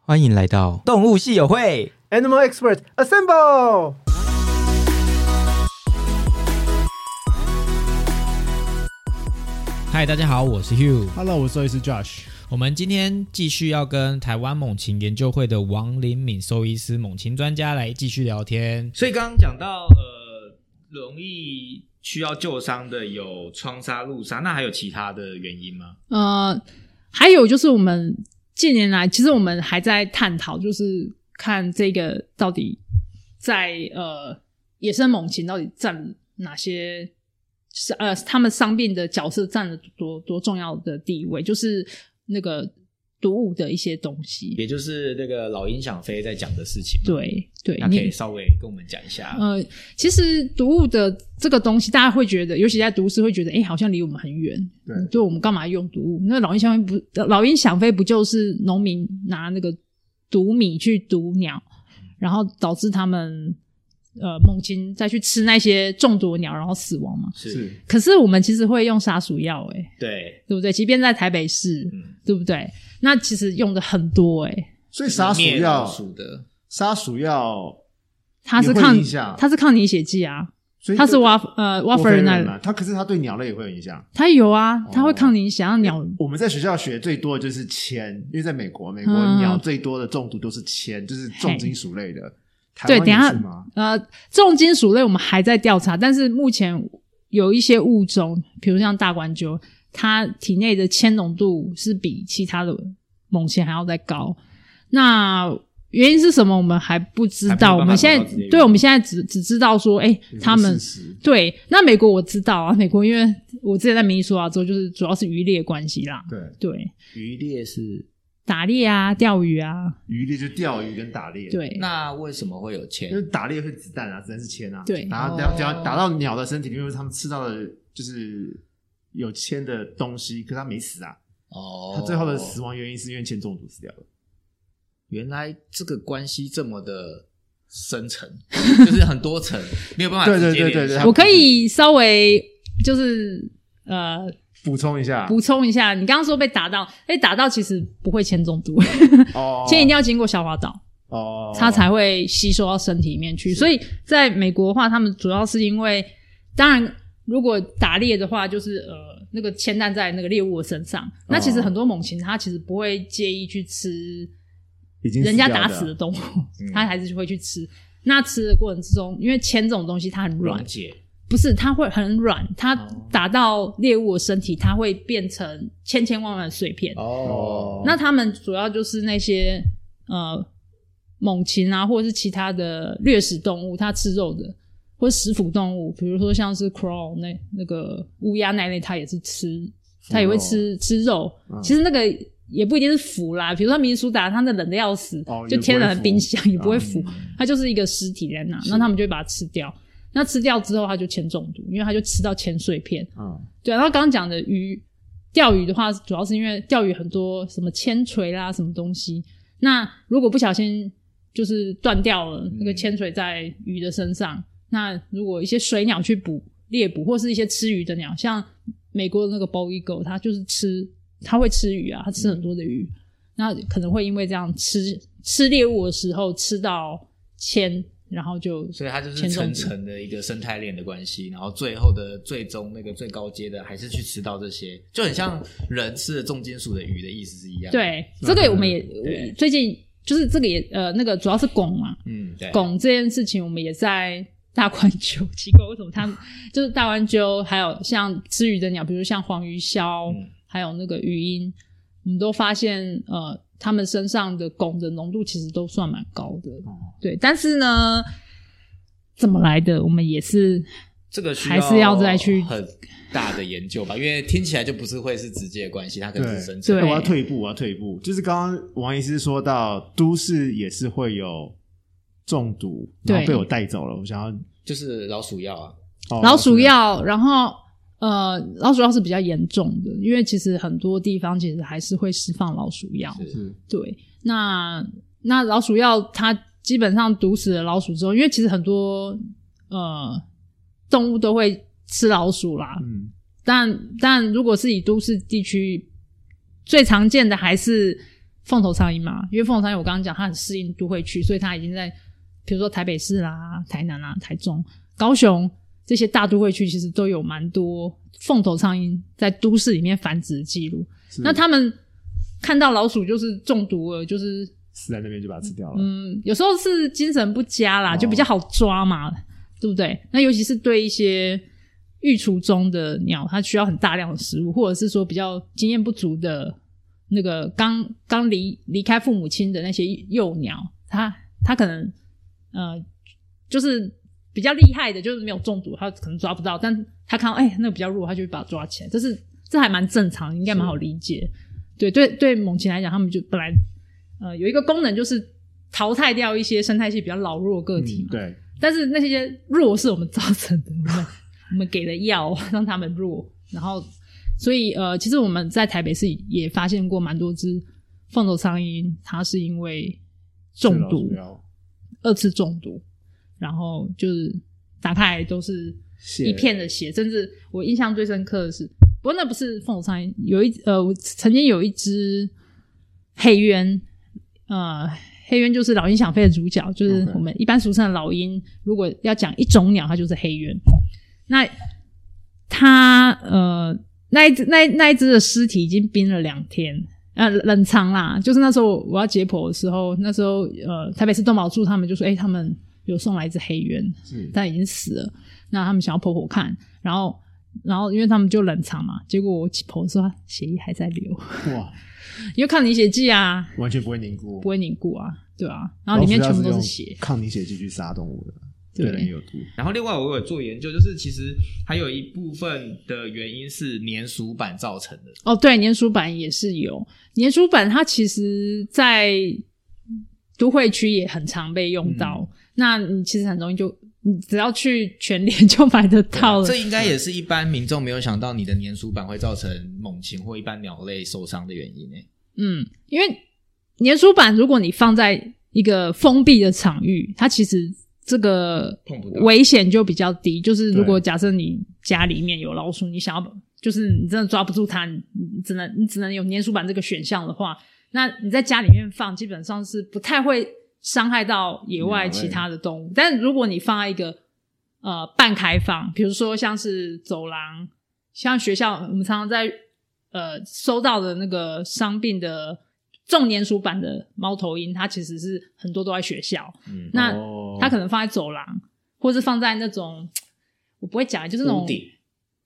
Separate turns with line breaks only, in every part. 欢迎来到动物系友会。
Animal Expert Assemble！
嗨，大家好，我是 Hugh。
Hello，我是兽医师 Josh。
我们今天继续要跟台湾猛禽研究会的王林敏兽医师、猛禽专家来继续聊天。
所以刚刚讲到，呃，容易需要救伤的有窗杀、路杀，那还有其他的原因吗？
呃，还有就是我们近年来，其实我们还在探讨，就是看这个到底在呃野生猛禽到底占哪些是呃他们伤病的角色占了多多重要的地位，就是那个毒物的一些东西。
也就是那个老鹰想飞在讲的事情。，
对对，
那可
你
以稍微跟我们讲一下。
嗯
呃，其实毒物的这个东西，大家会觉得，尤其在毒师会觉得，哎、好像离我们很远。
对
嗯我们干嘛用毒物？那老鹰想飞不，老鹰想飞不就是农民拿那个毒米去毒鸟，然后导致他们呃猛禽再去吃那些中毒的鸟，然后死亡嘛？
是，
可是我们其实会用杀鼠药、诶
对，
对不对？即便在台北市，
嗯，
对不对？那其实用的很多、诶
所以杀鼠
灭老
药，
鼠的，
杀鼠药，
它是
也会
抗
影响
它是抗凝血剂啊，
所以
它是
对
瓦呃瓦
沃
弗尔那
嘛，它可是它对鸟类也会有影响。
它有啊，它会
哦
抗凝血，让鸟
我们在学校学最多的就是铅，因为在美国，美国
嗯
鸟最多的中毒都是铅，就是重金属类的。台
对
湾
等
也
一下
是吗？
呃，重金属类我们还在调查，但是目前有一些物种，比如像大冠鸠，它体内的铅浓度是比其他的猛禽还要再高。那原因是什么？我们还不知
还没有办
道。
法
我们现
找到直接
在
原因
对，我们现在只只知道说，哎、他们
是
对。那美国我知道啊，美国因为我啊之前在明尼苏达州，就是主要是渔猎关系啦，
对
对，
渔猎是。
打猎啊，钓鱼啊，
渔猎就钓鱼跟打猎，，
对，
那为什么会有铅
因为？打猎会子弹啊，子弹是铅啊，
对
打
哦
打打打到鸟的身体，因为它们吃到的就是有铅的东西，可它没死啊，
哦，
它最后的死亡原因是因为铅中毒死掉了。
原来这个关系这么的深 层，就是很多层，没有办法
对对
直接
对对
联想
对
我可以稍微就是呃
补充一下，
补充一下，你刚刚说被打到，被打到其实不会铅中 毒，
哦，
铅一定要经过消化道，
哦，
它才会吸收到身体里面去。所以在美国的话，他们主要是因为，当然如果打猎的话，就是呃那个铅弹在那个猎物的身上，那其实很多猛禽它其实不会介意去吃
已经
人家打
掉
死的
了
动物，它还是会去吃。那吃的过程之中，因为铅这种东西它很软
溶，解，
不是，它会很软，它
哦
打到猎物的身体，它会变成千千万万的碎片。
哦
那他们主要就是那些呃猛禽啊，或者是其他的掠食动物，它吃肉的，或者食腐动物，比如说像是 crow 那那个乌鸦那类，它也是吃，它也会吃吃肉。啊
嗯
其实那个也不一定是腐啦，比如说明尼苏达，它那冷的要死，
哦也
就
不
天
会
然的
腐
冰箱也不会
嗯
腐，它就是一个尸体在那，那他们就会把它吃掉。那吃掉之后，它就铅中毒，因为它就吃到铅碎片。
嗯，
对啊，然后刚刚讲的鱼钓鱼的话，主要是因为钓鱼很多什么铅锤啦，什么东西。那如果不小心就是断掉了，
嗯
那个铅锤在鱼的身上。那如果一些水鸟去捕猎捕，或是一些吃鱼的鸟，像美国的那个 bald eagle，它就是吃，它会吃鱼啊，它吃很
嗯
多的鱼。那可能会因为这样吃吃猎物的时候吃到铅，然后就
所以它就是
铅
层
中毒
层的一个生态链的关系，然后最后的最终那个最高阶的还是去吃到这些，就很像人吃了重金属的鱼的意思是一样。，
对，这个我们也
对
我最近就是这个也呃那个主要是汞嘛，
嗯，对，
汞这件事情我们也在大冠鸠， 奇怪为什么他们就是大冠鸠，还有像吃鱼的鸟，比如像黄鱼鸮，
嗯
还有那个鱼鹰，我们都发现呃它们身上的汞的浓度其实都算蛮高的，
哦
对，但是呢。怎么来的？我们也是
这个需
还是要再去
很大的研究吧，因为听起来就不是会是直接的关系，它可能是生
对
哎
成。
我要退一步，我要退一步，就是刚刚王医师说到，都市也是会有中毒，然后
对
被我带走了，我想要
就是老鼠药啊，
哦
老鼠药，然后呃，老鼠药是比较严重的，因为其实很多地方其实还是会释放老鼠药。
是
对，那那老鼠药它基本上毒死了老鼠之后，因为其实很多呃动物都会吃老鼠啦，
嗯，
但但如果是以都市地区，最常见的还是凤头苍蝇嘛，因为凤头苍蝇我刚刚讲它很适应都会区，所以它已经在比如说台北市啦、台南啦、台中、高雄这些大都会区，其实都有蛮多凤头苍蝇在都市里面繁殖的记录。
是
那他们看到老鼠就是中毒了，就是
死在那边就把它吃掉了。
嗯，有时候是精神不佳啦，
哦
就比较好抓嘛，对不对？那尤其是对一些育雏中的鸟，它需要很大量的食物，或者是说比较经验不足的那个刚刚离离开父母亲的那些幼鸟，它它可能呃就是比较厉害的，就是没有中毒，它可能抓不到，但它看到哎、那个比较弱，它就会把它抓起来，这是这还蛮正常，应该蛮好理解。对对对，猛禽来讲，他们就本来呃有一个功能就是淘汰掉一些生态系比较老弱的个体
嗯
嘛，
对，
但是那些弱是我们造成的，我们我们给了药让他们弱，然后所以呃，其实我们在台北市也发现过蛮多只凤头苍蝇，它是因为中
吃老
毒
鼠，药
二次中毒，然后就是打开来都是
蟹
一片的血，甚至我印象最深刻的是，不过那不是凤头苍蝇，有一呃，我曾经有一只黑鸢，呃，黑鸢就是老鹰想飞的主角，就是
OK
我们一般俗称的老鹰。如果要讲一种鸟，它就是黑鸢。那它呃，那一只那那一只的尸体已经冰了两天，呃，冷藏啦。就是那时候我要解剖的时候，那时候呃，台北市动保处他们就说，哎、他们有送来一只黑鸢，
是
但已经死了。那他们想要剖剖看，然后，然后因为他们就冷藏嘛，结果我起剖的时候，它血液还在流，
哇，
因为抗凝血剂啊，
完全不会凝固，
不会凝固啊，对啊，然后里面全部都是血，
抗凝血剂去杀动物的，
对
对人也有毒。
然后另外我有做研究，就是其实还有一部分的原因是粘鼠板造成的。
哦，对，粘鼠板也是有，粘鼠板它其实在都会区也很常被用到，那你其实很容易就。你只要去全联就买得到了
这，应该也是一般民众没有想到你的粘鼠板会造成猛禽或一般鸟类受伤的原因欸诶、
嗯，因为粘鼠板如果你放在一个封闭的场域，它其实这个
碰不到
危险就比较低。就是如
对
果假设你家里面有老鼠，你想要就是你真的抓不住它，你你只能你只能有粘鼠板这个选项的话，那你在家里面放基本上是不太会伤害到野外其他的动物。但如果你放在一个呃半开放，比如说像是走廊，像学校我们常常在呃收到的那个伤病的重粘鼠版的猫头鹰，它其实是很多都在学校，
嗯
那
哦
它可能放在走廊，或是放在那种我不会讲，就是那种
屋顶，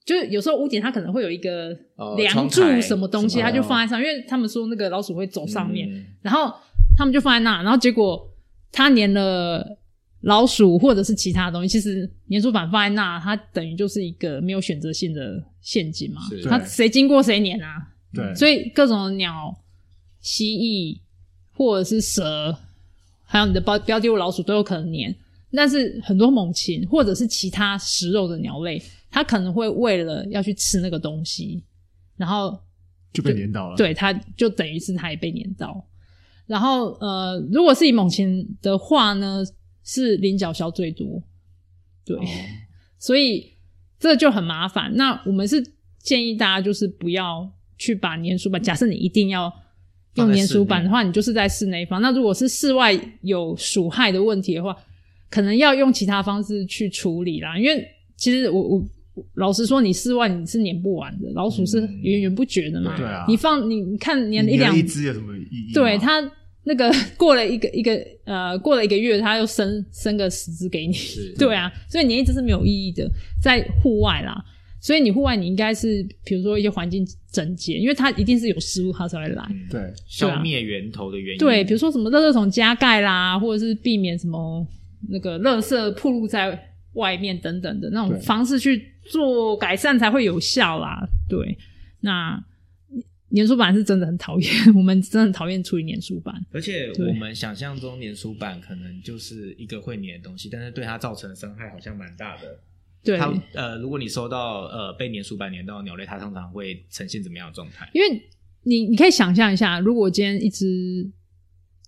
就是有时候屋顶它可能会有一个
哦
梁
窗
柱
台
什么东
什
西，
么
它
的
就放在上，因为他们说那个老鼠会走上面，
嗯
然后他们就放在那，然后结果它粘了老鼠或者是其他东西，其实粘鼠板放在那，它等于就是一个没有选择性的陷阱嘛
是，
它
对嗯
谁经过谁粘啊，
对，
所以各种的鸟、蜥蜴或者是蛇，还有你的标标的物老鼠都有可能粘。但是很多猛禽或者是其他食肉的鸟类，它可能会为了要去吃那个东西，然后
就被粘倒了。，
对，它就等于是它也被粘到。然后呃，如果是以猛禽的话呢，是菱角鸮最多，
哦
对， 所以这就很麻烦。那我们是建议大家就是不要去把粘鼠板，假设你一定要用
放在
粘鼠
室
板
内
的话，你就是在室内放。那如果是室外有鼠害的问题的话，可能要用其他方式去处理啦。因为其实我我我老实说，你室外你是粘不完的，老鼠是
嗯
源源不绝的嘛。
对啊
你放你你看粘了
一
一两，
一只有什么意义吗？
对它那个 过了一个一个呃过了一个月，它又生生个十只给你。
是
对啊，所以粘一只是没有意义的，在户外啦。所以你户外你应该是比如说一些环境整洁，因为它一定是有食物它才会来。
嗯
对
消灭源头的原因，
啊对，比如
说
说什么垃圾桶加盖啦，或者是避免什么那个垃圾暴露在外面等等的那种
对
方式去做改善才会有效啦。对，那年书版是真的很讨厌， 我们真的很讨厌处理年书版。
而且
对
我们想象中粘鼠板可能就是一个会粘的东西，但是对它造成的伤害好像蛮大的。
对，
它呃，如果你收到呃被粘鼠板粘到的鸟类，它通常会呈现怎么样的状态？
因为你你可以想象一下，如果今天一只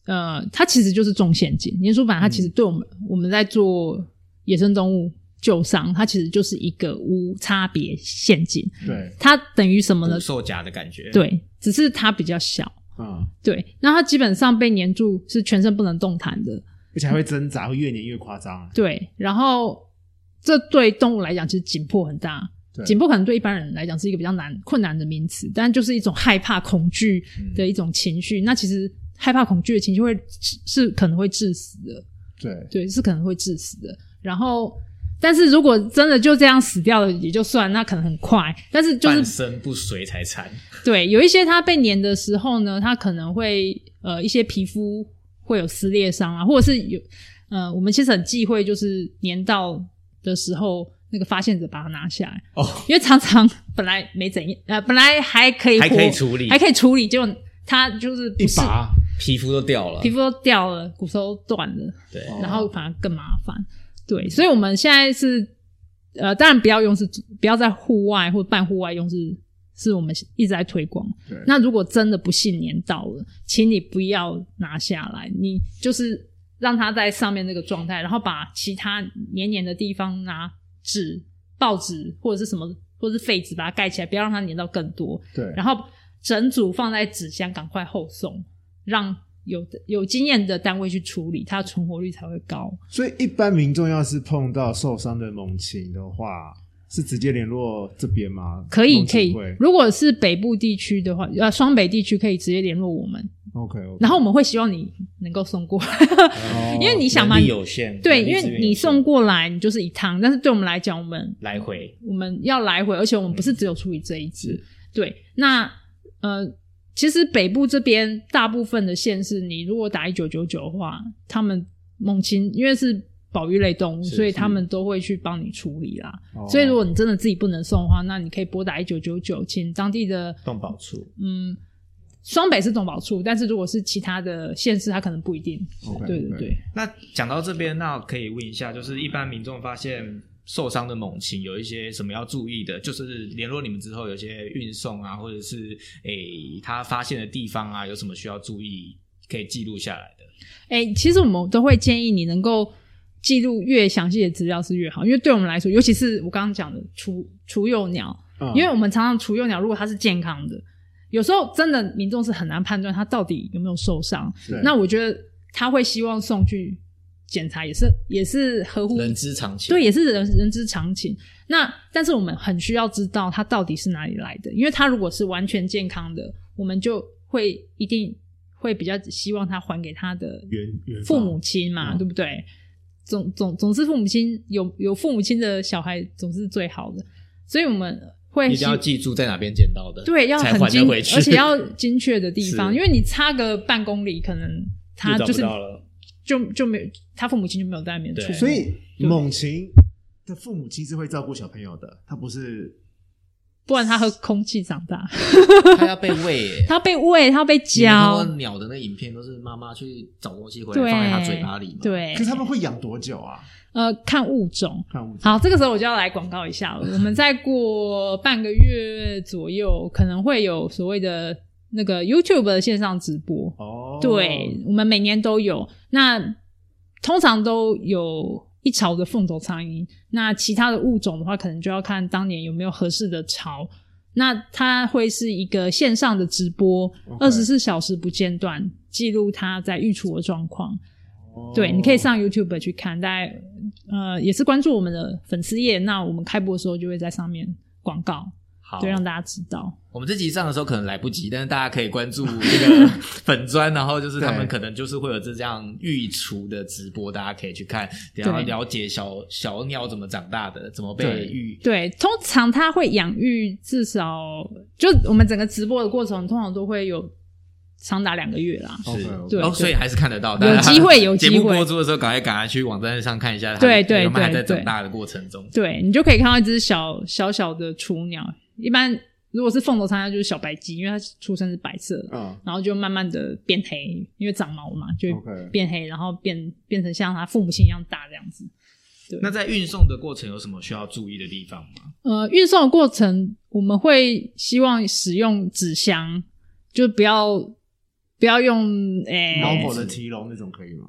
呃，它其实就是中陷阱，年书版它其实对我们、我们在做野生动物救伤，它其实就是一个无差别陷阱，
对
它等于什么呢
捕？兽夹的感觉，，
对，只是它比较小。
嗯，
对，那它基本上被粘住是全身不能动弹的，
而且还会挣扎，会越粘越夸张。啊
对，然后这对动物来讲其实紧迫很大
对。
紧迫可能对一般人来讲是一个比较难困难的名词，但就是一种害怕、恐惧的一种情绪。那其实害怕、恐惧的情绪会是可能会致死的，
对，
对，是可能会致死的。然后，但是如果真的就这样死掉了也就算，那可能很快。但是就
半
是
身不遂才惨。
对，有一些它被粘的时候呢，它可能会呃一些皮肤会有撕裂伤啊，或者是有呃，我们其实很忌讳就是粘到的时候。那个发现者把它拿下来，
哦，
因为常常本来没怎样，呃，本来还可以
还
活，
可以处理
还可以处理，结果它就是不
一
是
拔
皮肤都掉了，
皮肤都掉了，骨头都断了，
对，
然
哦
后反而更麻烦。对，所以我们现在是呃，当然不要用是不要在户外或半户外用是，是我们一直在推广
对。
那如果真的不幸年到了，请你不要拿下来，你就是让它在上面那个状态，然后把其他黏黏的地方拿纸、报纸或者是什么或者是废纸把它盖起来，不要让它粘到更多。
对，
然后整组放在纸箱，赶快后送，让有的有经验的单位去处理，它的存活率才会高。
所以一般民众要是碰到受伤的猛禽的话，是直接联络这边吗？
可以，
猛禽
可以
会。
如果是北部地区的话，呃，双北地区可以直接联络我们，
OK OK。
然后我们会希望你能够送过来，
哦
因为你想嘛
哦能力，有限，
对，
能力
因
资源
为
有
你
限
送过来，你就是一趟，但是对我们来讲，我们
来回，
我们要来回，而且我们不是只有处理这一只。对，那呃，其实北部这边大部分的县市，你如果打一九九九的话，他们猛禽因为是保育类动物，
是
所以
是
他们都会去帮你处理啦。
哦
所以如果你真的自己不能送的话，那你可以拨打一九九九，请当地的
动保处
嗯。双北是动保处，但是如果是其他的县市，它可能不一定。
OK，
对对对，
那讲到这边，那可以问一下，就是一般民众发现受伤的猛禽有一些什么要注意的？就是联络你们之后，有些运送啊，或者是诶、他发现的地方啊，有什么需要注意，可以记录下来的。
哎、其实我们都会建议你能够记录越详细的资料是越好，因为对我们来说，尤其是我刚刚讲的雏雏幼鸟，
啊
嗯
因为我们常常雏幼鸟如果它是健康的，有时候真的民众是很难判断它到底有没有受伤。
对
那我觉得他会希望送去检查，也是也是合乎
人之常情，
对，，也是人人之常情。那但是我们很需要知道它到底是哪里来的，因为它如果是完全健康的，我们就会一定会比较希望它还给它的
原原
父母亲嘛，
嗯
对不对？总总总是父母亲有有父母亲的小孩总是最好的，所以我们会
一定要
希
记住在哪边捡到的，
对要
才
很
还
精
得回，去，
而且要精确的地 方，
是
因为你差个半公里，可能他
就找
就
不
是
到了
就就没有他父母亲就没有在那边
对
出，
所以猛禽的父母亲是会照顾小朋友的，他不是
不然他和空气长大，
他要被喂耶。
他被喂，他被
你没看过
教，
鸟的那影片都是妈妈去找东西回
对
来放在它嘴巴里嘛，，
对
可，是他们会养多久啊？
呃，看物种，
看物种
好，这个时候我就要来广告一下了。我们再过半个月左右，可能会有所谓的那个 YouTube 的线上直播。
哦，
对，我们每年都有。那通常都有一巢的凤头苍蝇，那其他的物种的话，可能就要看当年有没有合适的巢。那它会是一个线上的直播，
OK
二十四小时不间断，记录它在育雏的状况。
哦
对，你可以上 YouTube 去看，大概呃也是关注我们的粉丝页。那我们开播的时候就会在上面广告，
好，
对，让大家知道。
我们这集上的时候可能来不及，但是大家可以 关注这个粉砖，然后就是他
对
们可能就是会有这样育雏的直播，大家可以去看，然后
对
了解小小鸟怎么长大的，怎么被
对
育。
对，通常它会养育至少，就我们整个直播的过程，通常都会有长达两个月啦。
OK，
是
，OK
对
哦，所以还是看得到。
有 机会有
节
机会
目播出的时候，赶快赶快去网站上看一下它，
对对
有没有还
对
在长
对
大的过程中。
对你就可以看到一只小小小的雏鸟，一般如果是凤头苍蝇就是小白鸡，因为它出生是白色的，
嗯
然后就慢慢的变黑，因为长毛嘛，就
OK
变黑，然后变变成像它父母亲一样大这样子。
那在运送的过程有什么需要注意的地方吗？
呃，运送的过程我们会希望使用纸箱，就不要不要用诶、
猫狗的提笼那种可以吗？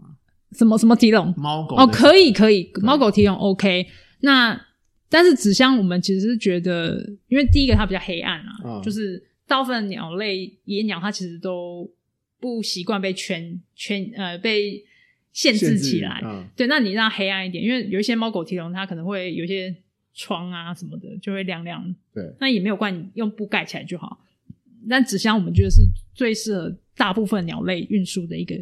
什么什么提笼
猫狗
哦，
的
可以可以，猫狗提笼 OK。那但是纸箱我们其实是觉得，因为第一个它比较黑暗啊，
嗯
就是大部分鸟类野鸟它其实都不习惯被圈圈呃被限
限制
制起来。
嗯
对，那你让它黑暗一点，因为有一些猫狗提笼它可能会有一些窗啊什么的就会亮亮。
对，
那也没有关，你用布盖起来就好。但纸箱我们觉得是最适合大部分鸟类运输的一个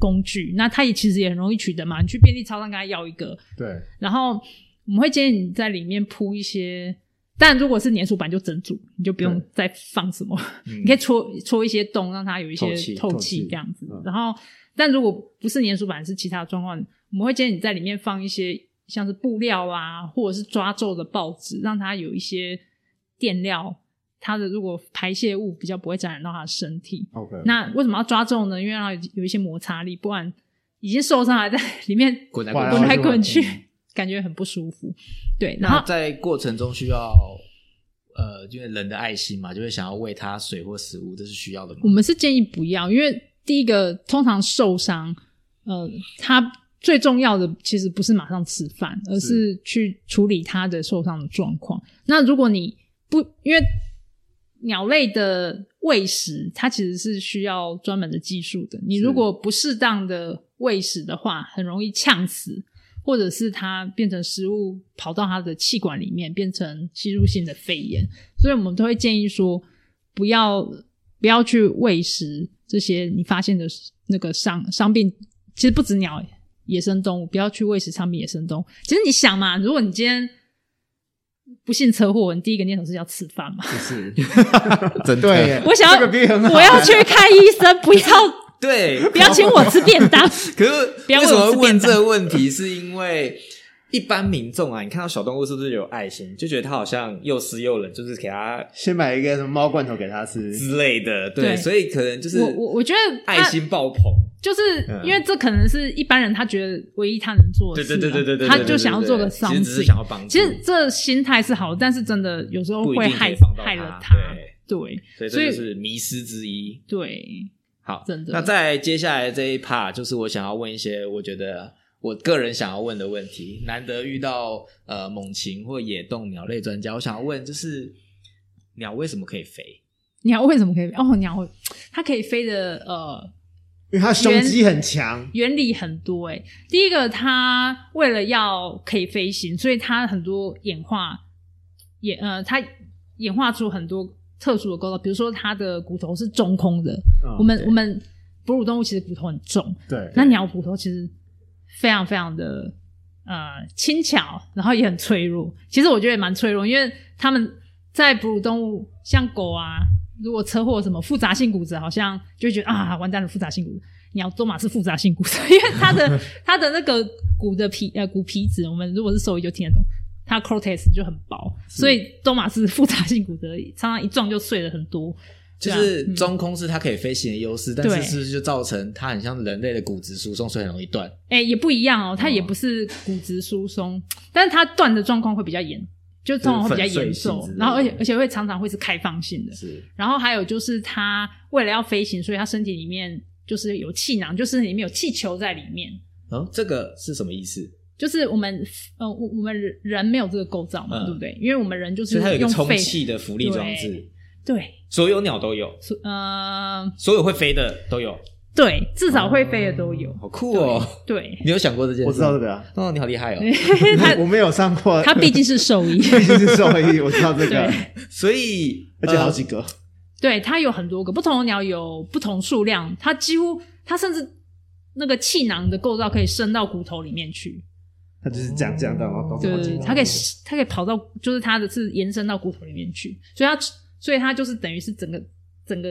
工具。那它也其实也很容易取得嘛，你去便利超商跟它要一个，
对，
然后我们会建议你在里面铺一些。但如果是粘鼠板，就整组，你就不用
对
再放什么，
你
你可以戳戳一些洞，让它有一
透
些
气
透
透气
气这样子。
嗯
然后，但如果不是粘鼠板，是其他的状况，我们会建议你在里面放一些像是布料啊，或者是抓皱的报纸，让它有一些垫料，它的如果排泄物比较不会沾染到它的身体。
，OK，
那为什么要抓皱呢？因为让它有有一些摩擦力，不然已经受伤还在里面
滚来
滚
滚来
去
滚去
嗯，
感觉很不舒服。对，然
那
后
在过程中需要呃，因为人的爱心嘛，就会想要喂它水或食物，这是需要的嘛
我。们是建议不要，因为第一个通常受伤，呃，它最重要的其实不是马上吃饭，而是去处理它的受伤的状况。那如果你不，因为鸟类的喂食，它其实是需要专门的技术的。你
是
如果不适当的喂食的话，很容易呛死。或者是它变成食物跑到它的气管里面，变成吸入性的肺炎，所以我们都会建议说，不要不要去喂食这些你发现的那个伤伤病，其实不止鸟，野生动物不要去喂食伤病野生动物。其实你想嘛，如果你今天不幸车祸，你第一个念头是要吃饭嘛？
不是，
真的
对耶，
我想要
这个比喻很好，
我要去看医生，不要
对，
不要请我吃便当。
可是
不要
为
问
什么
我
会
是
问
店
这
长
个问题？是因为一般民众啊，你看到小动物是不是有爱心，就觉得它好像又湿又冷，就是给它
先买一个什么猫罐头给它吃，
嗯
之类的。对，
对
所以可能就是
我我我觉得他
爱心爆棚。
就是
嗯
因为这可能是一般人他觉得唯一他能做的
对
事
对
啊，
对对对对，
他
对
就想要做个
对对对其
something。
实只是想要帮助，
其实这心态是好，但是真的有时候
不一
会
定可
害
以帮到
害了
它
他。
对所以
对所
这
以
就是迷失之一。
对，
好，
真的
那在接下来这一 part，就是我想要问一些我觉得我个人想要问的问题。难得遇到呃猛禽或野动鸟类专家，我想要问就是鸟为什么可以飞？
鸟为什么可以飞？哦，鸟会它可以飞的呃
因为它胸肌很强，
原理很多诶、第一个，它为了要可以飞行，所以它很多演化演呃，它演化出很多特殊的构造，比如说它的骨头是中空的。
嗯
我们
对
我们哺乳动物其实骨头很重，
对，
那鸟骨头其实非常非常的呃轻巧，然后也很脆弱。其实我觉得也蛮脆弱，因为它们在哺乳动物，像狗啊，如果车祸什么复杂性骨折，好像就会觉得啊，完蛋了，复杂性骨折。鸟多嘛是复杂性骨折，因为它的它的那个骨的皮呃骨皮质，我们如果是兽医就听得懂。它 cortex 就很薄，所以多马是复杂性骨折，常常一撞就碎了很多。
就
对啊
是
嗯
中空是它可以飞行的优势，但
对
是是不是就造成它很像人类的骨质疏松，所以很容易断？
哎、也不一样哦，它
嗯
也不是骨质疏松，但是它断的状况会比较严，就通常会比较严
就是粉碎性
重
之类，的
然后而
嗯
且而且会常常会是开放性的，
是
然后还有就是它为了要飞行，所以它身体里面就是有气囊，就是里面有气球在里面，
嗯，这个是什么意思？
就是我们呃我我们人人没有这个构造嘛，
嗯
对不对？因为我们人就是
所以它有一个
用
充
肺
气的浮力装置
对，对，
所有鸟都有，
所呃
所有会飞的都有，
对，至少会飞的都有，
好酷哦！
对，
你有想过这件事？
我知道这个啊，
哦，你好厉害哦！
我我没有上过，
它毕竟是兽 医，
毕竟是兽医，我知道这个
对，嗯
所以
而且好几个，
对，它有很多个，不同的鸟有不同数量，它几乎它甚至那个气囊的构造可以伸到骨头里面去，
它就是这样这样的，然后咚
对
咚
对对，
咚
它可以它可以跑到，就是它的是延伸到骨头里面去，所以它所以它就是等于是整个整个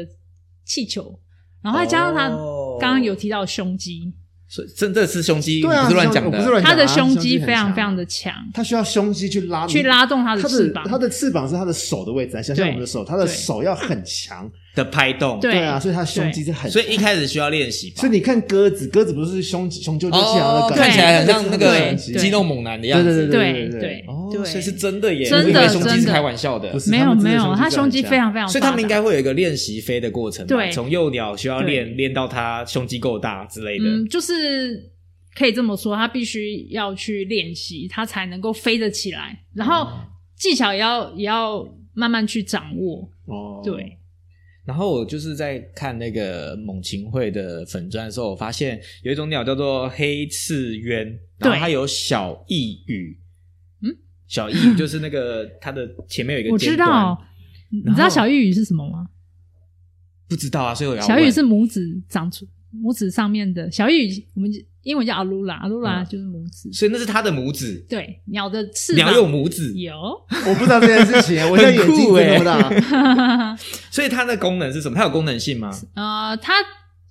气球，然后再加上它
哦
刚刚有提到的胸肌，
所以真的是胸肌，
对
你
啊，
不是乱讲
我
的。
不是乱讲
它
啊
的
胸
肌
很
非常
强
非常的强，
它需要胸肌去拉
去拉动它的
它
翅膀，
它的翅膀是它的手的位置啊，想想
对
我们的手，它的
对
手要很强，
的拍动，
对
对啊，所以它胸肌是很，
所以一开始需要练习吧。
所以你看鸽子，鸽子不是胸胸就就起来
哦
了，，
看起来很像那个
对对
肌肉猛男的样子。
对对
对
对
对
哦，
对，
所以是真的耶，
真的
我以为胸肌
真
是
的
开玩笑的
不。是
没有
他们真
没
的
有，它胸
胸
肌
肌
非
非
常
常
非常，
所以他们应该。会有一个练习飞的过程吧，
对
从幼鸟需要练练到它胸肌够大之类的。
嗯，就是可以这么说，他必须要去练习，他才能够飞得起来。
哦
然后技巧也要也要慢慢去掌握。
哦，
对，
然后我就是在看那个猛禽会的粉砖的时候，我发现有一种鸟叫做黑翅鸢，然后
对
它有小翼羽。
嗯，
小翼羽就是那 个它的前面有一个
我
尖
知
端
道，，你知
然
道
后
小玉鱼是什么吗？
不知道啊，所以我要
小玉
问
是拇指长出拇指上面的小玉，我们英文叫阿鲁拉，阿鲁拉
嗯
就是拇指。
所以那是它的拇指，
对，鸟的翅膀
鸟有拇指，
有，
我不知道这件事情， 我现在眼睛
欸
真的那么大，嗯
所以它的功能是什么？它有功能性吗？
呃，它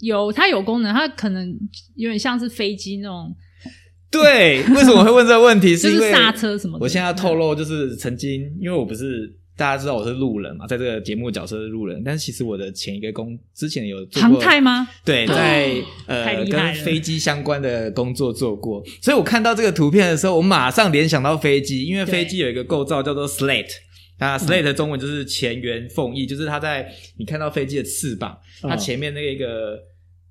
有它有功能，它可能有点像是飞机那种，
对，为什么我会问这个问 题？
就是嗯
因为
刹车什么的
我现在要透露，就是曾经，因为我不是大家知道我是路人嘛，在这个节目角色是路人，但是其实我的前一个工之前有做
航
过
太吗？
对，在
哦太
呃
厉害
跟
了
飞机相关的工作做过，所以我看到这个图片的时候，我马上联想到飞机，因为
对嗯
飞机有一个构造叫做 slate。那 slate 的中文就是前缘缝翼，就是它在你看到飞机的翅膀，
嗯
它前面那个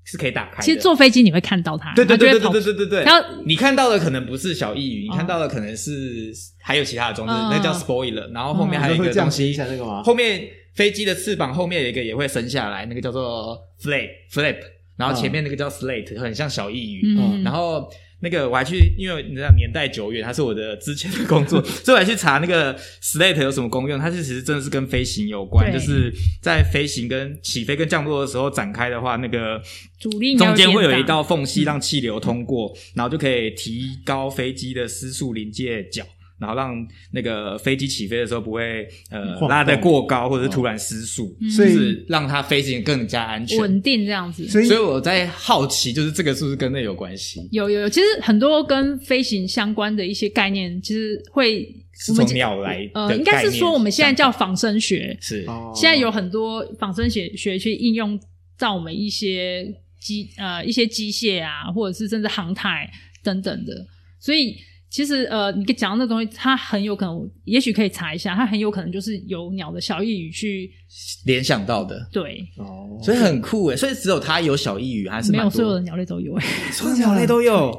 是可以打开的。
其实坐飞机你会看到它，
对对对对
它就
对
会跑
对对对对。
然后
你看到的可能不是小翼鱼，
哦
你看到的可能是还有其他的装置，
嗯
那叫 spoiler。然后后面还有
你
一
说
个
会降
东
息一
西
下，那个吗？
后面飞机的翅膀后面有一个也会升下来，那个叫做 flap flap。然后前面那个叫 slate，很像小翼鱼。
嗯，
然后那个我还去，因为你知道年代久远，它是我的之前的工 作，所以我还去查那个 Slate 有什么功用。它是其实真的是跟飞行有关，
对
就是在飞行跟起飞跟降落的时候展开的话，那个
阻力应该
中间会有
变
一
大
道缝隙让气流通过，然后就可以提高飞机的失速临界角。然后让那个飞机起飞的时候不会呃
晃动
拉得过高，或者是突然失速，
嗯
所以
就是让它飞行更加安全。
稳定这样子。
所以
所以我在好奇，就是这个是不是跟那有关系？
有有有，其实很多跟飞行相关的一些概念，其实会
是
我们
从鸟来的
呃，应该是说我们现在
概
叫仿生学，
念上
哦
现在有很多仿生学学去应用到我们一些机呃一些机械啊，或者是甚至航太等等的，所以。其实，呃，你讲到那东西，它很有可能，也许可以查一下，它很有可能就是由鸟的小翼鱼去
是联想到的，
对，
哦，
所以很酷欸诶。所以只有它有小翼鱼，还是
没
蛮
有
多
所有的鸟类都有，欸
所有鸟类都有，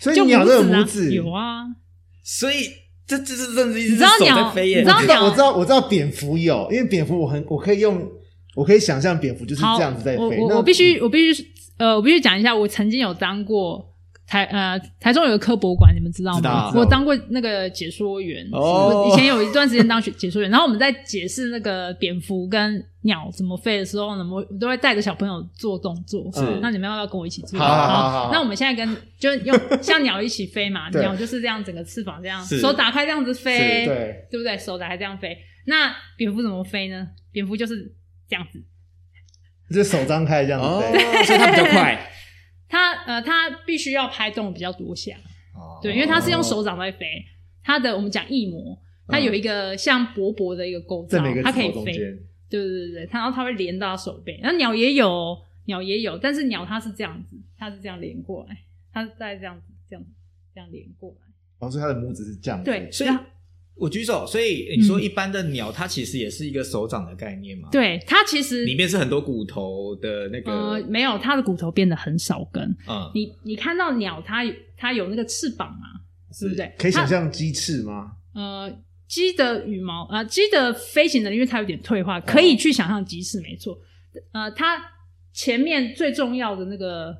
所以
就
鸟都有拇
拇
指，
啊有。啊，
所以这这这真的是一
你
只
知道
手
鸟
在飞耶
你知道
我知道，
鸟
我知道，我知道蝙蝠有，因为蝙蝠我很我可以用，我可以想象蝙蝠就是
好，
这样子在
我
飞。
我
那
我必须我必须呃，我必须讲一下，我曾经有当过台呃台中有个科博馆，你们知道吗？
知道
我当过那个解说员。
哦
我以前有一段时间当学解说员，然后我们在解释那个蝙蝠跟鸟怎么飞的时候呢，我我都会带着小朋友做动作。
是
那你们要不要跟我一起做？
嗯好好好好
那我们现在跟就是用像鸟一起飞 嘛，
对
鸟就是这样整个翅膀这样，
是
手打开这样子飞，
对
对不对？手打开这样飞。那蝙蝠怎么飞呢？蝙蝠就是这样子。
就是手张开这样
哦
子飞，，
所以它比较快。
它呃，它必须要拍动比较多下，
哦
对，因为它是用手掌在飞。它的我们讲翼模，它有一个像薄薄的一个构造
嗯在每个，
它可以
指头中
飞。
间。
对对对对，它然后它会连到手背。那鸟也有哦，鸟也有，但是鸟它是这样子，它是这样连过来，它是在这样子，这样子，这样连过来。
哦，所以它的拇指是这样子。
对，啊
所以
然后
我举手，所以你说
嗯
一般的鸟，它其实也是一个手掌的概念嘛？，
对它其实
里面是很多骨头的那个
呃，没有，它的骨头变得很少根。
嗯，
你你看到鸟，它有它有那个翅膀嘛，对不对？
可以
它
想象鸡翅吗？
呃，鸡的羽毛啊、呃鸡的飞行能力，因为它有点退
哦
化，可以去想象鸡翅，没错。呃，它前面最重要的那个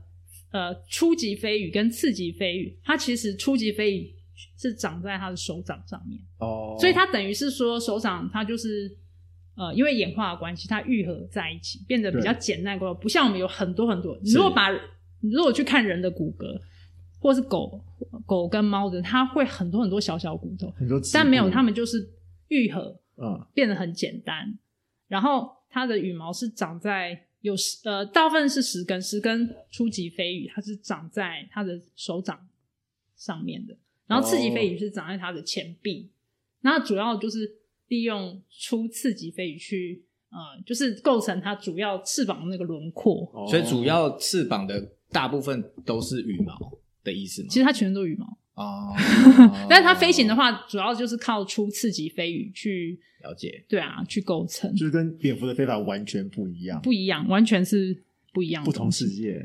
呃初级飞羽跟次级飞羽，它其实初级飞羽是长在它的手掌上面，
哦，
所以它等于是说手掌它就是。呃，因为演化的关系，它愈合在一起，变得比较简单构造，不像我们有很多很多。你如果把你如果去看人的骨骼，或是狗狗跟猫的，它会很多很多小小骨头，
很多指
但没有，
骨
它们就是愈合，
嗯，
变得很简单。然后它的羽毛是长在有十呃，大部分是十根，十根初级飞羽，它是长在它的手掌上面的。然后次级飞羽是长在它的前臂，那主要就是利用初次级飞羽去呃，就是构成它主要翅膀的那个轮廓。
哦
所以主要翅膀的大部分都是羽毛的意思吗？
其实它全都是羽毛，，
哦
但是它飞行的话，主要就是靠初次级飞羽去，
了解。
对啊，去构成。
就是跟蝙蝠的飞法完全不一样，
不一样，完全是不一样的
不同
东西
世。界。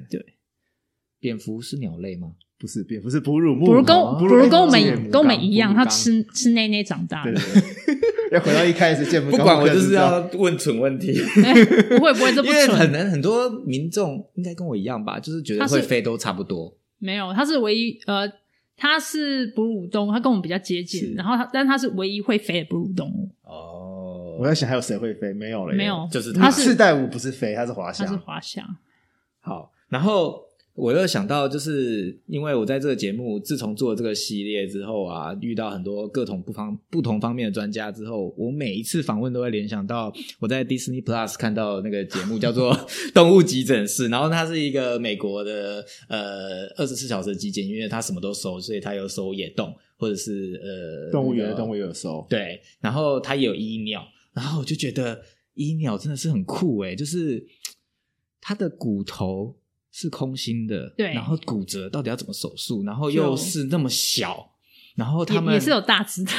蝙蝠是鸟类吗？
不是蝙蝠是哺乳目，
不如跟
哦
不如跟我
哺乳目
们跟我们一样，
哺乳
它
纲
吃吃内内长大
对
的
对，对 要回到一开始 见
不管我就是要问蠢问题，
不会不会，这 不
因为
蠢
很，能很多民众应该跟我一样吧，就是觉
他
得
是
会飞都差不多，
没有，他是唯一呃，他是哺乳动物，他跟我们比较接近
是，
然后他但他是唯一会飞的哺乳动物，
我
哦，
在想还有谁会飞？没有了耶，
没有，
就是
他
它
赤
是
带舞不是飞，它是滑
他
翔
是。滑翔，
好，然后我又想到，就是因为我在这个节目，自从做了这个系列之后啊，遇到很多各种不方不同方面的专家之后，我每一次访问都会联想到我在 Disney Plus 看到那个节目叫做《动物急诊室》，然后它是一个美国的呃二十四小时急诊，因为它什么都收，所以它有收野动或者是呃
动物园的动
物。
物园有收，
对，然后它也有医鸟，然后我就觉得医鸟真的是很酷诶、就是它的骨头是空心的，
对
然后骨折到底要怎么手术，然后
就
又是那么小，然后他
也
们
也是有大只的，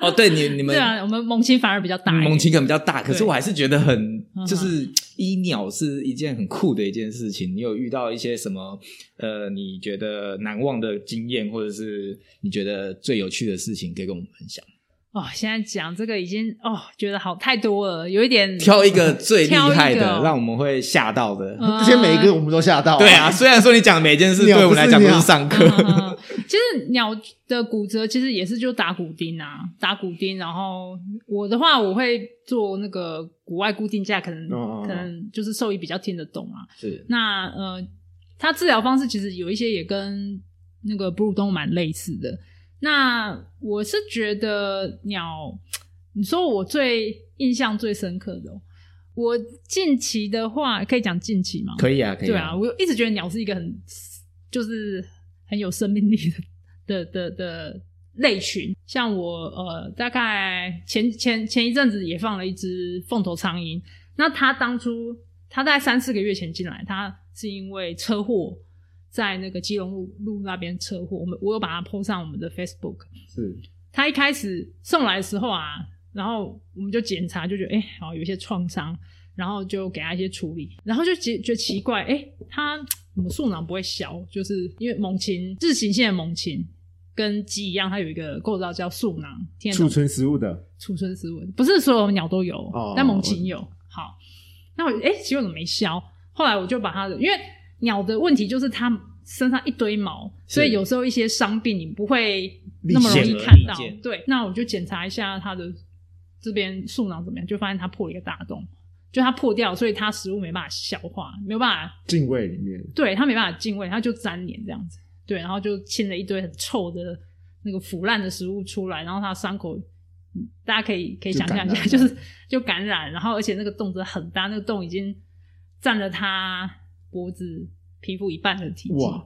哦，对你你们
对啊，我们猛禽反而比较大一点，
猛禽可能比较大，可是
对
我还是觉得很
嗯哼
就是医鸟是一件很酷的一件事情。你有遇到一些什么呃你觉得难忘的经验，或者是你觉得最有趣的事情，可以跟我们分享？
哦，现在讲这个已经哦，觉得好太多了，有 一点
挑一个最厉害
嗯挑一
的，
个
让我们会吓到的。
呃
这些每一个我们都吓到。
对
哦
啊，，虽然说你讲每件事
鸟
对我
不
们
是
来讲都
鸟
是上课，
嗯嗯嗯其实鸟的骨折其实也是就打骨钉啊，打骨钉。然后我的话，我会做那个骨外固定架，可能、
嗯嗯嗯
可能就是兽医比较听得懂啊。
是
那呃，它治疗方式其实有一些也跟那个哺乳动物蛮类似的。那我是觉得鸟，你说我最印象最深刻的哦、我近期的话可以讲近期吗？
可以啊，可以
对啊，，我一直觉得鸟是一个很就是很有生命力的 的的的类群。像我呃，大概前前前一阵子也放了一只凤头苍蝇，那它当初它在三四个月前进来，它是因为车祸。在那个基隆路路那边车祸，我们我有把它 PO 上我们的 Facebook，
是
他一开始送来的时候啊，然后我们就检查，就觉得哎，好、有一些创伤，然后就给他一些处理，然后就觉觉得奇怪，哎，他怎么数囊不会消？就是因为猛禽日行性的猛禽跟鸡一样，它有一个构造叫素囊，听得懂
储存食物的，
储存食物，不是所有鸟都有，
哦
但猛禽有。好，那我哎、奇怪怎么没消？后来我就把它的，因为鸟的问题就是它身上一堆毛，所以有时候一些伤病你不会那么容易
立
看到
显而易见。
对，那我就检查一下它的这边树囊怎么样，就发现它破了一个大洞，就它破掉，所以它食物没办法消化，没有办法
敬畏里面
对它没办法进胃，它就粘连这样子，对，然后就清了一堆很臭的那个腐烂的食物出来，然后它伤口，嗯大家可以可以
就
想象一
感
下，
染
就是就感染，然后而且那个洞子很大，那个洞已经占了它脖子皮肤一半的体积
哇，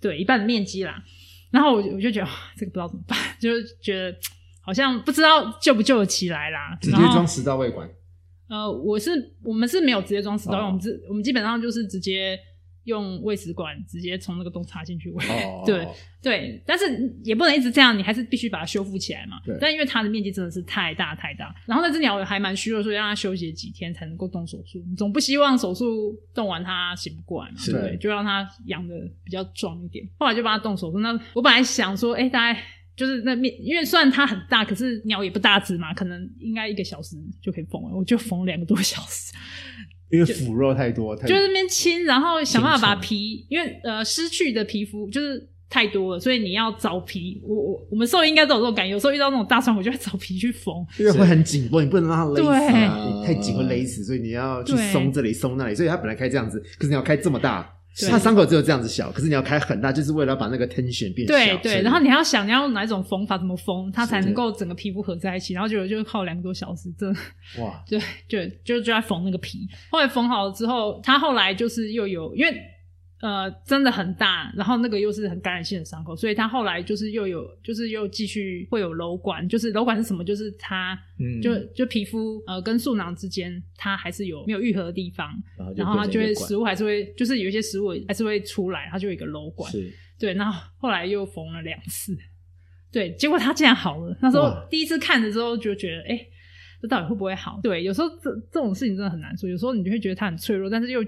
对，一半的面积啦。然后我就我就觉得、哇这个不知道怎么办， 就是觉得好像不知道救不救得起来啦。
直接
然后
装食道胃管，
呃，我是我们是没有直接装食道
哦
我们是我们基本上就是直接用胃食管直接从那个洞插进去喂。
哦
对 对，但是也不能一直这样，你还是必须把它修复起来嘛
对。
但因为它的面积真的是太大太大，然后那只鸟还蛮虚弱，所以让它休息几天才能够动手术。你总不希望手术动完它醒不过来嘛，
是
对不对？就让它养的比较壮一点。后来就帮它动手术。那我本来想说，哎，大概。就是那面，因为虽然它很大，可是鸟也不大只嘛，可能应该一个小时就可以缝了，我就缝两个多小时。
因为腐肉太多，太
就是那边清，然后想办法把皮，因为呃失去的皮肤就是太多了，所以你要找皮。我我我们兽医应该都有这种感觉，有时候遇到那种大伤，我就会找皮去缝。
因为会很紧绷，你不能让它勒死啊，
对
你太紧会勒死，所以你要去
对
松这里松那里，所以它本来开这样子，可是你要开这么大。
对
它伤口只有这样子小，可是你要开很大，就是为了把那个 tension 变
对
小。
对，
是
然后你还要想你要用哪一种缝法，怎么缝它才能够整个皮肤合在一起。然后就就耗两个多小时，真的
哇，
对，就 就就在缝那个皮。后来缝好了之后，它后来就是又有，因为呃真的很大，然后那个又是很感染性的伤口，所以它后来就是又有，就是又继续会有瘘管，就是瘘管是什么？就是它
嗯
就就皮肤呃跟素囊之间，它还是有没有愈合的地方，
然后
然后它就会
变成一
食物还是会，就是有一些食物还是会出来，它就有一个瘘
个
管
管，是
对，然后后来又缝了两次，对，结果它竟然好了。那时候
哇
第一次看的时候就觉得，哎、这到底会不会好？对，有时候这这种事情真的很难说，有时候你就会觉得它很脆弱，但是又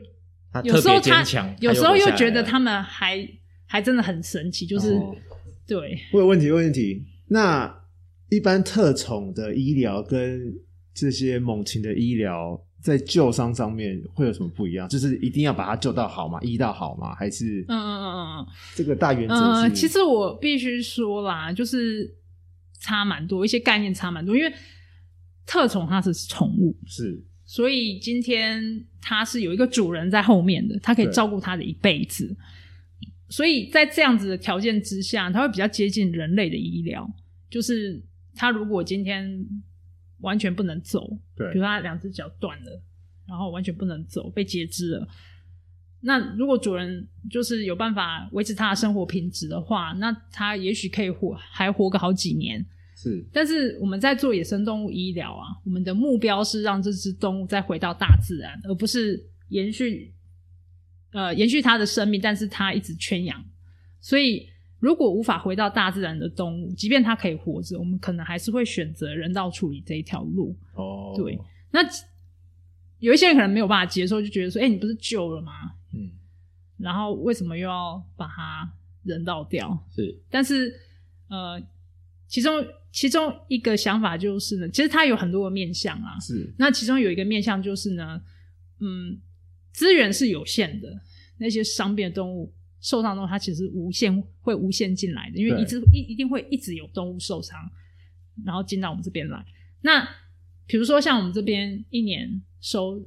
它
有时
特
候
别
它
坚强
有时候
它又活
又
下来
觉得
了
它们还还真的很神奇，就是、
哦
对，
我有问题，我有问题。那一般特宠的医疗跟这些猛禽的医疗在救伤上面会有什么不一样？就是一定要把它救到好吗？医到好吗？还是
嗯嗯嗯嗯
这个大原则
嗯，
是？
呃，其实我必须说啦，就是差蛮多，一些概念差蛮多，因为特宠它只是宠物，
是
所以今天它是有一个主人在后面的，它可以
对
照顾它的一辈子。所以在这样子的条件之下，它会比较接近人类的医疗，就是它如果今天完全不能走，比如
对
它两只脚断了，然后完全不能走，被截肢了。那如果主人就是有办法维持它的生活品质的话，那它也许可以活还活个好几年。
是
但是我们在做野生动物医疗啊，我们的目标是让这只动物再回到大自然，而不是延续呃延续它的生命，但是它一直圈养。所以，如果无法回到大自然的动物，即便它可以活着，我们可能还是会选择人道处理这一条路。
哦，
对那有一些人可能没有办法接受，就觉得说：“哎、你不是救了吗？
嗯，
然后为什么又要把它人道掉？”
是，
但是呃，其中其中一个想法就是呢，其实它有很多个面向啊。
是
那其中有一个面向就是呢，嗯，资源是有限的，那些伤病的动物。受伤的动物它其实无限会无限进来的，因为
对
一直一一定会一直有动物受伤，然后进到我们这边来。那比如说像我们这边一年收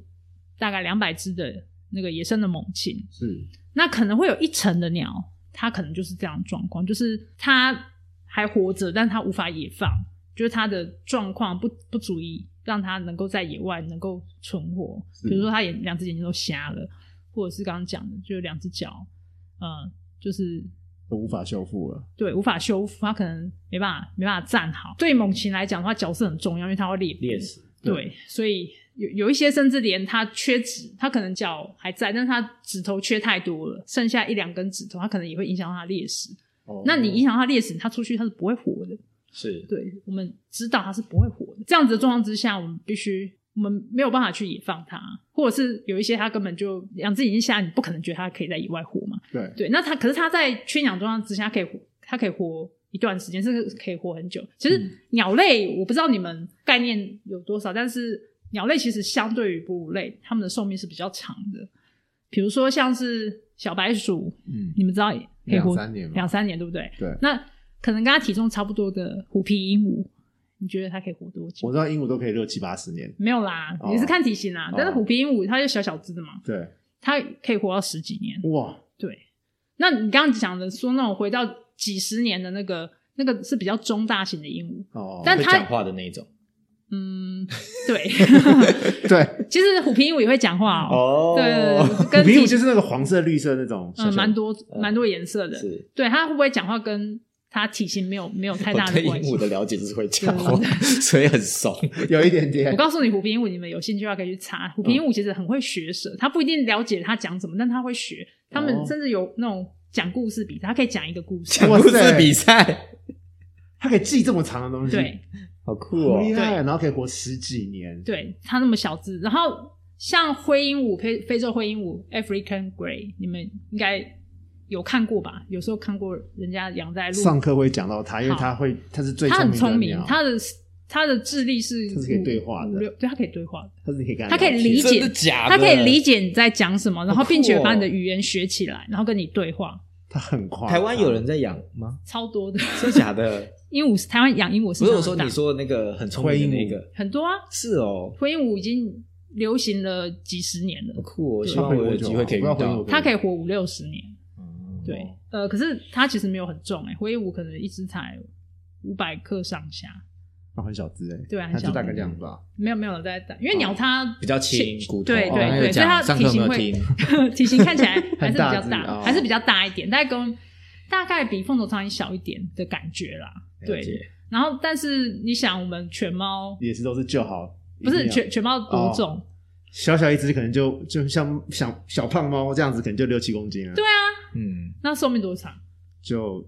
大概两百只的那个野生的猛禽，
是
那可能会有一成的鸟，它可能就是这样的状况，就是它还活着，但它无法野放，就是它的状况不不足以让它能够在野外能够存活。
是
比如说，它眼两只眼睛都瞎了，或者是刚刚讲的，就是两只脚，嗯，就是
都无法修复了，
对无法修复，它可能没办法没办法站好。对猛禽来讲的话，角色很重要，因为它会猎
猎食，
对，所以有有一些甚至连他缺指，他可能脚还在，但是他指头缺太多了，剩下一两根指头，他可能也会影响到他猎食。
哦
那你影响他猎食，他出去他是不会活的。
是
对，我们知道他是不会活的。这样子的状况之下，我们必须。我们没有办法去野放它，或者是有一些它根本就两只眼睛瞎，你不可能觉得它可以在野外活嘛。
对
对，那它可是它在圈养状况之下，可以活，它可以活一段时间，甚至可以活很久。其
嗯
实鸟类，我不知道你们概念有多少，但是鸟类其实相对于哺乳类，它们的寿命是比较长的。比如说像是小白鼠，
嗯
你们知道可以活
两三年嘛
两三年对不对？
对，
那可能跟它体重差不多的虎皮鹦鹉，你觉得它可以活多久
我？知道鹦鹉都可以六七八十年，
没有啦，
哦
也是看体型啦。
哦
但是虎皮鹦鹉它就小小只的嘛，
对，
它可以活到十几年。
哇，
对，那你刚刚讲的说那种回到几十年的那个，那个是比较中大型的鹦鹉。
哦，
但
会
它
讲话的那一种
嗯， 对，
对，
其实虎皮鹦鹉也会讲话
哦
哦。对对，对跟
鹦鹉
体
就是那个黄色、绿色那种，小小
嗯蛮多蛮多颜色的。
是。
对，它会不会讲话跟它体型没有没有太
我
大的
对鹦
关系
鹉。的了解就是会讲话， 所以很怂。
有一点点
我，告诉你，虎皮鹦鹉，你们有兴趣的话可以去查。虎皮
嗯
鹦鹉其实很会学舌，它不一定了解它讲什么，但它会学。他们
哦
甚至有那种讲故事比赛，它可以讲一个故事
讲。
哇
故事
塞
比赛，
它可以记这么长的东西，
对，
好酷
好
哦！
厉害，
对
然后可以活十几年，
对，它那么小只。然后像灰鹦鹉，非非洲灰鹦鹉 （African Grey），你们应该有看过吧？有时候看过人家养在路
上，课会讲到它，因为
好
它会，它是最
它很聪
聪
明
的，鸟，
它的它的智力是
它是可以
五
对话的
五六对，它可以对话的，
它是可以跟
它可以
聊天
理
真的
解，
假的？
它可以理解你在讲什么，然后并且
好酷哦
把你的语言学起
哦
来，然后跟你对话，
它很快。
台湾有人在养吗？
超多的。
真的假的？
鹦鹉台湾养鹦鹉
不是
非
我
常
说
大
你说的那个很聪明的那
灰鹦
个，
很多啊，
是哦，
灰鹦鹉已经流行了几十年了
好，酷哦！
对
希望我有机会可以遇
不要回
到
我。
它可以活五六十年。
嗯
对，呃，可是它其实没有很重哎、欸，灰鹦鹉可能一只才五百克上下，
它很小只哎，
对啊很
它
小
就大概这样吧。
没有没有在打，因为鸟它、
比较轻
体
骨头
对
哦
对
那
对，
个
所以
讲
它
上
体
课有
型
没有听
会 体型看 起来还是比较
很
大，
大只哦
还是比较大一点，大概跟大概比凤头苍蝇小一点的感觉啦。
了
对，
解
然后但是你想，我们犬猫
也是都是救好，
不
一
是
定要
犬犬猫
哦
多重？
小小一只，可能就就像像小胖猫这样子，可能就六七公斤了，
对啊，
嗯，
那寿命多长？
就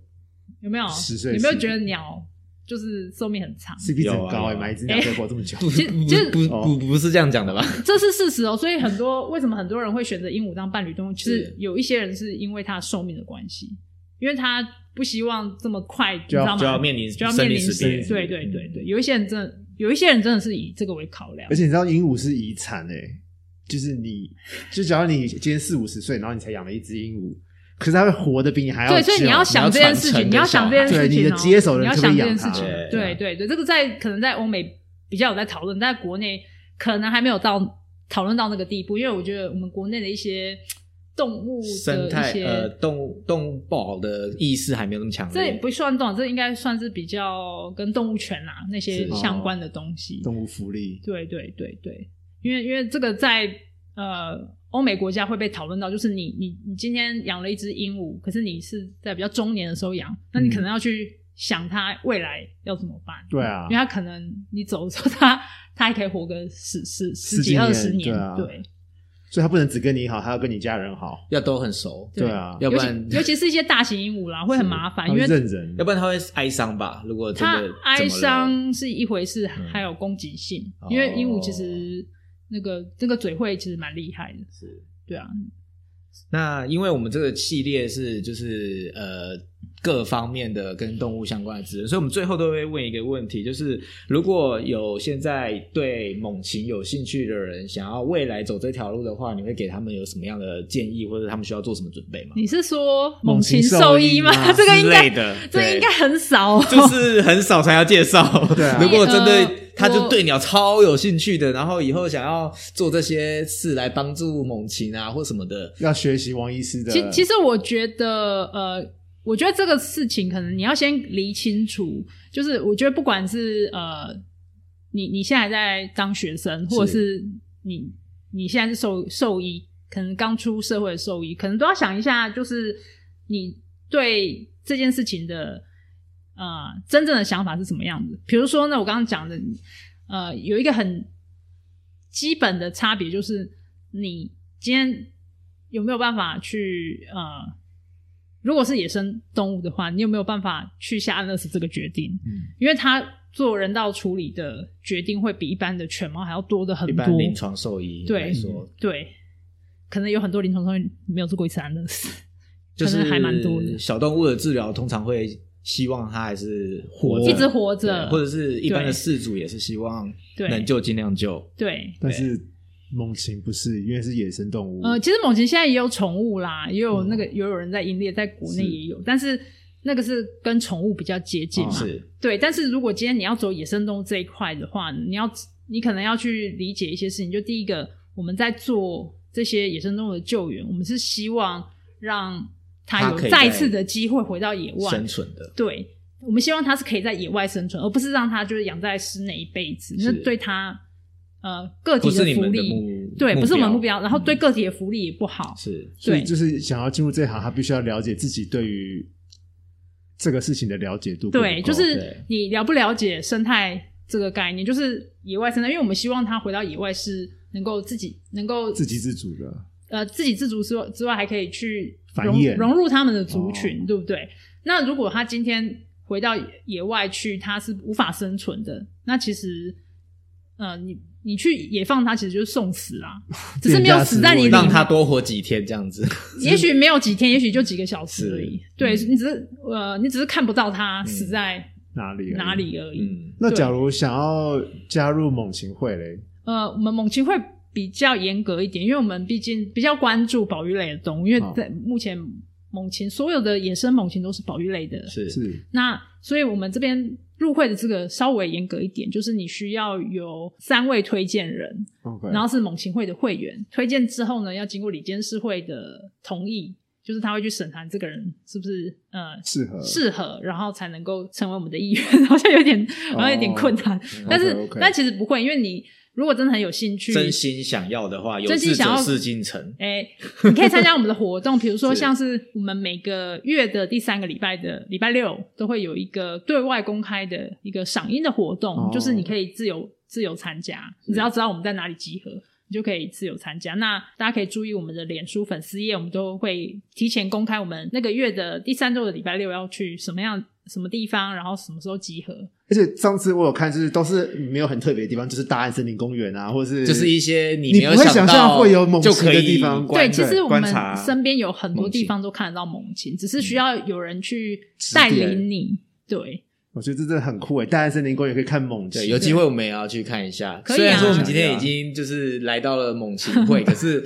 有没有？
10岁
有没有
是
觉得鸟就是寿命很长？
CP 值很
有
高
啊
哎，
有啊
买一只鸟可以活这么久，
不
其实其实
不不不不是这样讲的吧？
这是事实哦，所以很多为什么很多人会选择鹦鹉当伴侣动物，其实有一些人是因为它寿命的关系，因为它不希望这么快，你知
就要
道吗？
就要面临
就要
生
面
离
临
死别
死对
嗯
对对对，有一些人真的，有一些人真的是以这个为考量
而。且你知道鹦鹉是遗产哎、就是你，就假如你今天四五十岁，然后你才养了一只鹦鹉，可是它会活得比你还要久。
对，所以你要想这件事情，
你
你
要
要
传承
想这件事
对
情、哦，
你的接手人
你要
可不可
想
以
这
养
件
它
事情，
对
对对对，这个在可能在欧美比较有在讨论，但在国内可能还没有到讨论到那个地步，因为我觉得我们国内的一些动物的
生态
一些，
呃动物动物保的意识还没有那么强
这也
烈。
不算动物，这应该算是比较跟动物权啊那些
是
相关的东西。
动物福利，
对对对对，因为因为这个在呃欧美国家会被讨论到，就是你你你今天养了一只鹦鹉，可是你是在比较中年的时候养，那你可能要去想它未来要怎么办，
对啊
因为，它可能你走的时候它，它还可以活个十十
十
十
几
几二十
年对啊
对
所以它不能只跟你好，它要跟你家人好。
要都很熟，
对啊
要不
尤其
然
尤其是一些大型鹦鹉啦，会很麻烦，
它
因
会
为
认人，
要不然他会哀伤吧？如果真
它
的
哀
怎么了嗯
伤是一回事，还有攻击性，
哦
因为鹦鹉其实那个那个嘴会其实蛮厉害的，
是
对啊，
那因为我们这个系列是就是呃各方面的跟动物相关的知识，所以我们最后都会问一个问题，就是如果有现在对猛禽有兴趣的人，想要未来走这条路的话，你会给他们有什么样的建议，或者他们需要做什么准备吗？
你是说
猛
猛
禽
禽
兽
兽
医
医
吗
吗？ 这个应
之
该
类，的，
这
对
应该很少、哦。
就是很少才要介 绍。
对啊
如果真
呃
的他就
我
对鸟超有兴趣的，然后以后想要做这些事来帮助猛禽啊或什么的，
要学习王医师的。
其其实我觉得，呃，我觉得这个事情可能你要先理清楚，就是我觉得不管是呃，你你现在在当学生，或者是你你现在是兽兽医，可能刚出社会的兽医，可能都要想一下，就是你对这件事情的呃真正的想法是什么样子。比如说呢，我刚刚讲的，呃，有一个很基本的差别就是，你今天有没有办法去呃，如果是野生动物的话，你有没有办法去下安乐死这个决定？
嗯，
因为它做人道处理的决定会比一般的犬猫还要多的很
一
多。
般临床兽医
对
来说，
对，可能有很多临床上面没有做过一次安乐死，
就是
可能还蛮多的。
小动物的治疗通常会希望它还是活着
一直活
对
着，
或者是一般的
对
饲主也是希望
对
能救尽量救。
对
但是猛禽不是，因为是野生动物。
嗯
呃，其实猛禽现在也有宠物啦，也有那个也有人在营业，在国内也有，但是那个是跟宠物比较接近嘛。
哦是
对，但是如果今天你要走野生动物这一块的话，你要你可能要去理解一些事情。就第一个，我们在做这些野生动物的救援，我们是希望让它
它
有
可以
再
在
次的机会回到野外
生，存的，
对，我们希望它是可以在野外生存，而不是让它就是养在室内一辈子。
是
那对它呃个体
不是你
福
们的
利，
目
对，不是我们目
标嗯
标，然后对个体的福利也不好。
是
所以
对
就是想要进入这行，他必须要了解自己对于这个事情的了解度够不够。
对，
对
就是你了不了解生态这个概念，就是野外生态，因为我们希望它回到野外是能够自己能够
自给自足的。
呃自给自足之外之外，还可以去
繁
融
衍
融入他们的族群，
哦
对不对？那如果它今天回到野外去，它是无法生存的，那其实呃你。你去野放它，其实就是送死 啦，只是没有死在你里
让
面
它多活几天这样子。
也许没有几天，也许就几个小时
是
而已。对
嗯
你只是呃，你只是看不到它
嗯
死在
哪里而已
哪？里而已。
嗯，
那
对
假如想要加入猛禽会嘞，
呃，我们猛禽会比较严格一点，因为我们毕竟比较关注保育类的动物，因为
哦
在目前猛禽所有的野生猛禽都是保育类的，
是
是
那所以我们这边入会的这个稍微严格一点，就是你需要有三位推荐人，
OK，
然后是猛禽会的会员，推荐之后呢，要经过里监事会的同意，就是他会去审查这个人是不是呃
适合
适合，然后才能够成为我们的议员， 好像有点好像有
哦
点困难，但是
OK，OK
但其实不会，因为你如果真的很有兴趣，
真心想要的话，有
真心
志
想
者
要
事竟成。
哎、你可以参加我们的活动，比如说
是
像是我们每个月的第三个礼拜的礼拜六都会有一个对外公开的一个赏樱的活动，
哦
就是你可以自由自由参加，你只要知道我们在哪里集合。你就可以自由参加。那大家可以注意我们的脸书粉丝页，我们都会提前公开我们那个月的第三周的礼拜六要去什么样什么地方，然后什么时候集合。
而且上次我有看，就是都是没有很特别的地方，就是大安森林公园啊，或是
就是一些
你
没有
不会想象
到
会有猛禽
就可
的
以
地方
观
对，其实我
观
们
察
身边有很多
猛禽
地方都看得到猛禽，只是需要有人去带
指点
领你。对，
我觉得这真的很酷欸诶，大安森林公园可以看猛禽，
对，有机会我们也要去看一下。
可以啊
虽然说我们今天已经就是来到了猛禽会，可是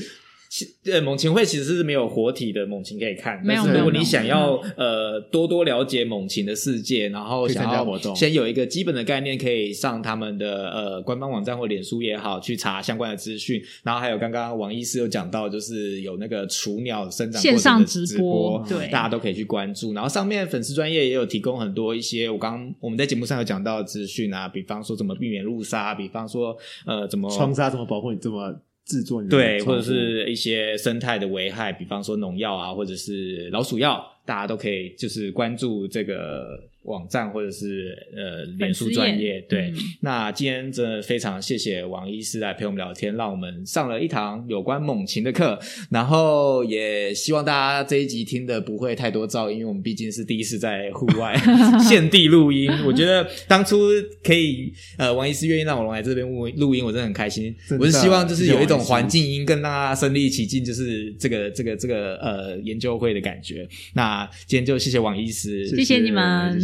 其。呃，猛禽会其实是没有活体的猛禽可以看，
没有
但是如果
没有
你想要呃多多了解猛禽的世界，然后
可以参
想
加
要
活动
先有一个基本的概念，可以上他们的呃官方网站或脸书也好去查相关的资讯。然后还有刚刚王医师有讲到，就是有那个雏鸟生长过程的
线上
直
直
播
播，对
大家都可以去关注。然后上面粉丝专业也有提供很多一些我刚我们在节目上有讲到的资讯啊，比方说怎么避免入沙，比方说呃怎么
哦
窗纱怎么保护你，怎么制作你的
对，
窗户
或者是一些生态的危害，比方说农药啊，或者是老鼠药，大家都可以就是关注这个网站或者是呃脸书专业。对，
嗯
那今天真的非常谢谢王医师来陪我们聊天，让我们上了一堂有关猛禽的课。然后也希望大家这一集听的不会太多噪音，因为我们毕竟是第一次在户外现地录音。我觉得当初可以呃，王医师愿意让我来这边录录音，我真的很开心。
真的
我是希望就是有一种
谢谢王医师
环境音更让大家身临其境，就是这个这个这个呃研究会的感觉。那今天就谢谢王医师，
谢谢你们。